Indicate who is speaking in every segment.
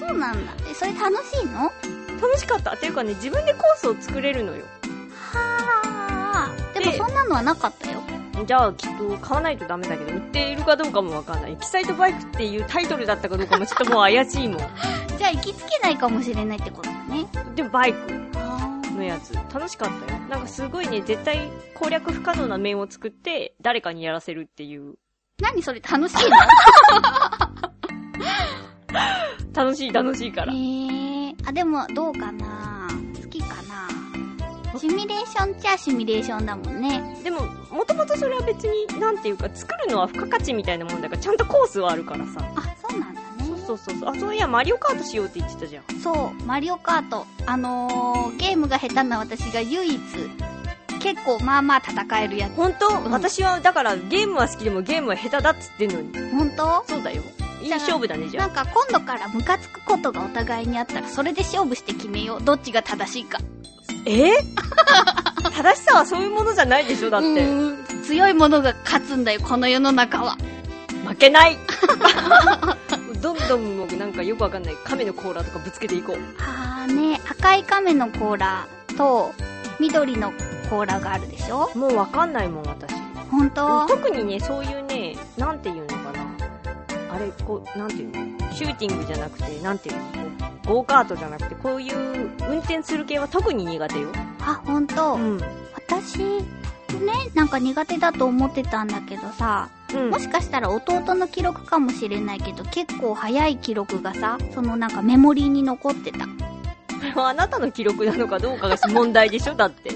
Speaker 1: そうなんだ。え、それ楽しいのは
Speaker 2: 楽しかった。っていうかね、自分でコースを作れるのよ。
Speaker 1: あ。でも
Speaker 2: で
Speaker 1: そんなのはなかったよ。
Speaker 2: じゃあ、きっと買わないとダメだけど、売っているかどうかもわかんない。エキサイトバイクっていうタイトルだったかどうかもちょっともう怪しいもん。
Speaker 1: じゃあ行きつけないかもしれないってことだね。
Speaker 2: でもバイク
Speaker 1: あ
Speaker 2: のやつ。楽しかったよ。なんかすごいね、絶対攻略不可能な面を作って、誰かにやらせるっていう。
Speaker 1: 何それ楽しい
Speaker 2: 楽しい楽しいか
Speaker 1: の
Speaker 2: ら。
Speaker 1: へえー。あ、でもどうかな好きかなシミュレーションっちゃシミュレーションだもんね。
Speaker 2: でももともとそれは別になんていうか作るのは付加価値みたいなもんだからちゃんとコースはあるからさ
Speaker 1: あ、そうなんだね。
Speaker 2: そうそうそうあそういやマリオカートしようって言ってたじゃん
Speaker 1: そう、マリオカート。あのー、ゲームが下手な私が唯一、結構まあまあ戦えるや
Speaker 2: 本当、
Speaker 1: うん
Speaker 2: 私はだからゲームは好きでもゲームは下手だっつってんのに
Speaker 1: つ。ほんと
Speaker 2: そうだよいい
Speaker 1: じゃあ
Speaker 2: 勝負だねじ
Speaker 1: な
Speaker 2: ゃあ
Speaker 1: んか今度からムカつくことがお互いにあったら、それで勝負して決めよう。どっちが正しいか。
Speaker 2: え 正しさはそういうものじゃないでしょだっ
Speaker 1: う
Speaker 2: て
Speaker 1: ーん強いものが勝つんだよ、この世の中は。
Speaker 2: 負けない どんどんもうなんかよくわかんない亀の甲羅とかぶつけていこう
Speaker 1: あーね、赤い亀の甲羅と、緑の甲羅があるでしょ
Speaker 2: もうわかんないもん私
Speaker 1: ほんと
Speaker 2: 特にねそういうねなんていうのかなあれこうなんていうのシューティングじゃなくてなんていうのこうゴーカートじゃなくてこういう運転する系は特に苦手よ
Speaker 1: あ、ほんと、
Speaker 2: ん、
Speaker 1: 私、ね、なんか苦手だと思ってたんだけどさ、
Speaker 2: うん
Speaker 1: も、しかしたら弟の記録かもしれないけど、結構早い記録がさ、そのなんかメモリーに残ってた。
Speaker 2: それはあなたの記録なのかどうかが問題でしょだって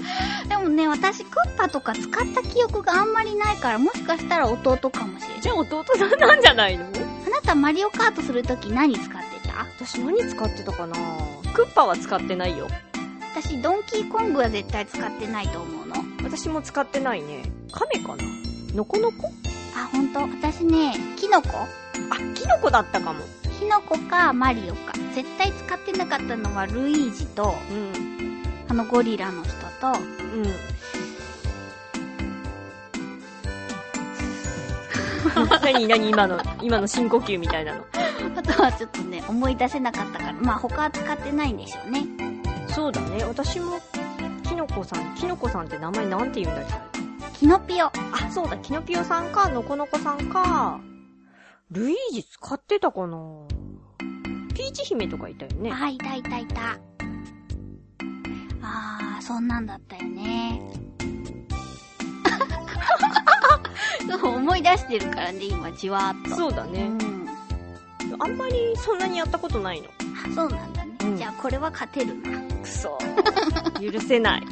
Speaker 1: でもね、私クッパとか使った記憶があんまりないから、もしかしたら弟かもしれない。
Speaker 2: じゃあ弟さんなんじゃないの
Speaker 1: あなたマリオカートするとき何使ってた
Speaker 2: 私何使ってたかなクッパは使ってないよ
Speaker 1: 私、ドンキーコングは絶対使ってないと思うの。
Speaker 2: 私も使ってないね亀かなのこのこ
Speaker 1: あ、ほんと私ね、キノコ
Speaker 2: あキノコだったかも
Speaker 1: キノコかマリオか。絶対使ってなかったのはルイージと、
Speaker 2: うん
Speaker 1: あのゴリラの人と、
Speaker 2: うん何何今の今の深呼吸みたいなの
Speaker 1: あとはちょっとね、思い出せなかったから、まあ他は使ってないんでしょうね。
Speaker 2: そうだね私もキノコさんキノコさんって名前なんて言うんだっけ
Speaker 1: キノピオ。
Speaker 2: あそうだキノピオさんかノコノコさんかルイージ使ってたかなピーチ姫とかいたよね
Speaker 1: あ、いたいたいた。あー、そんなんだったよね。 そう思い出してるからね、今、じわーっと。
Speaker 2: そうだ
Speaker 1: う
Speaker 2: ね、
Speaker 1: ん。
Speaker 2: あんまりそんなにやったことないの
Speaker 1: あ、そうなんだね。
Speaker 2: うん
Speaker 1: じゃあ、これは勝てるな。
Speaker 2: くそ 許せない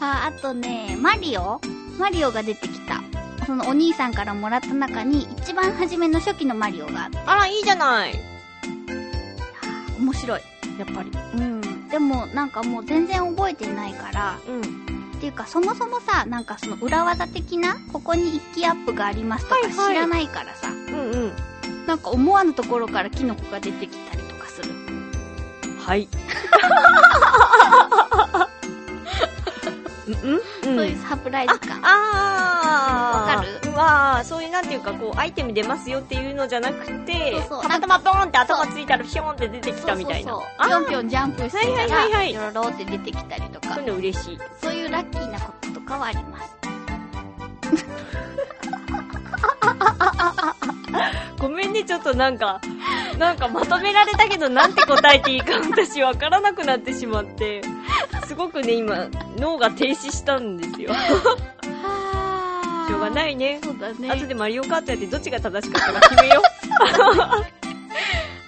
Speaker 1: あ、あとね、マリオマリオが出てきた。そのお兄さんからもらった中に、一番初めの初期のマリオがあった。
Speaker 2: あらいいじゃない
Speaker 1: 面白い。
Speaker 2: やっぱり
Speaker 1: うん。でも、なんかもう全然覚えてないから、
Speaker 2: うん
Speaker 1: っていうかそもそもさなんかその裏技的なここに一気アップがありますとか
Speaker 2: はいはい
Speaker 1: 知らないからさ、
Speaker 2: うんうん
Speaker 1: なんか思わぬところからキノコが出てきたりとかする
Speaker 2: はい。うんうん
Speaker 1: そういうサプライズ感
Speaker 2: あー
Speaker 1: わかる
Speaker 2: うわーそういうなんていうかこうアイテム出ますよっていうのじゃなくて
Speaker 1: そうそう
Speaker 2: たまたまボーンって頭ついたらピョーンって出てき
Speaker 1: そ
Speaker 2: た
Speaker 1: う
Speaker 2: み
Speaker 1: そう
Speaker 2: たいな
Speaker 1: そう
Speaker 2: あ
Speaker 1: ぴょ
Speaker 2: ー
Speaker 1: んぴょんジャンプしてた
Speaker 2: はいはいは
Speaker 1: ら
Speaker 2: い
Speaker 1: ロロロって出てきたりと
Speaker 2: そ
Speaker 1: か
Speaker 2: ういうの嬉しい
Speaker 1: そういうラッキーなこととかはあります
Speaker 2: ごめんねちょっとなんかなんかまとめられたけどなんて答えていいか私わからなくなってしまってすごくね今脳が停止したんですよ
Speaker 1: は
Speaker 2: しょうが
Speaker 1: い
Speaker 2: ないね
Speaker 1: そうだね
Speaker 2: 後でマリオカートやってどっちが正しかったか決めよう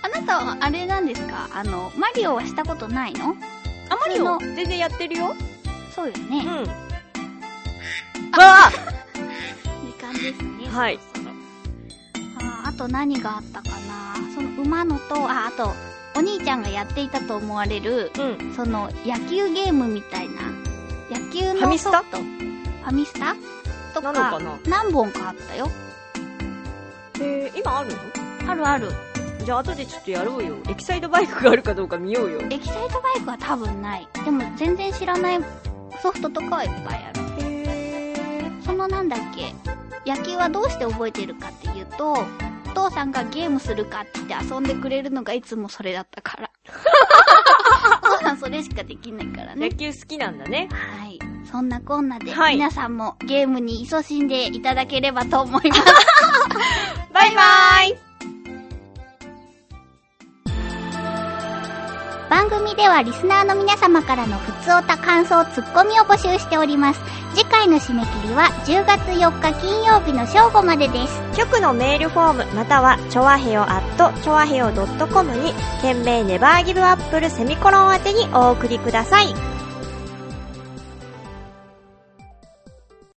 Speaker 1: あなたはあれなんですかあのマリオはしたことないの
Speaker 2: あまりよ全然やってるよ。
Speaker 1: そうよ
Speaker 2: う
Speaker 1: ね、
Speaker 2: ん。あ
Speaker 1: 時間ですね
Speaker 2: はい
Speaker 1: そろそろあーあと何があったかなその馬のとああとお兄ちゃんがやっていたと思われる
Speaker 2: うん。
Speaker 1: その野球ゲームみたいな野球
Speaker 2: ファ
Speaker 1: の
Speaker 2: ミ
Speaker 1: ソ
Speaker 2: ス
Speaker 1: フ
Speaker 2: タ
Speaker 1: トファミスタと
Speaker 2: な
Speaker 1: か
Speaker 2: のかな
Speaker 1: 何本かあったよ
Speaker 2: えー、今ある
Speaker 1: あるある
Speaker 2: のじゃあ後でちょっとやろうよ。エキサイドバイクがあるかどうか見ようよ。
Speaker 1: エキサイトバイクは多分ないでも全然知らないソフトとかはいっぱいある
Speaker 2: へ
Speaker 1: そのなんだっけ野球はどうして覚えてるかっていうとお父さんがゲームするかって言って遊んでくれるのがいつもそれだった からお父さんそれしかできないからね
Speaker 2: 野球好きなんだね。
Speaker 1: はいそんなこんなで、
Speaker 2: はい
Speaker 1: 皆さんもゲームに勤しんでいただければと思います
Speaker 2: バイバーイ
Speaker 1: 番組ではリスナーの皆様からのふつおた感想ツッコミを募集しております次回の締め切りは10月4日金曜日の正午までです
Speaker 2: 局のメールフォームまたはチョアヘヨアットチョアヘヨ .com に件名ネバーギブアップルセミコロン宛てにお送りください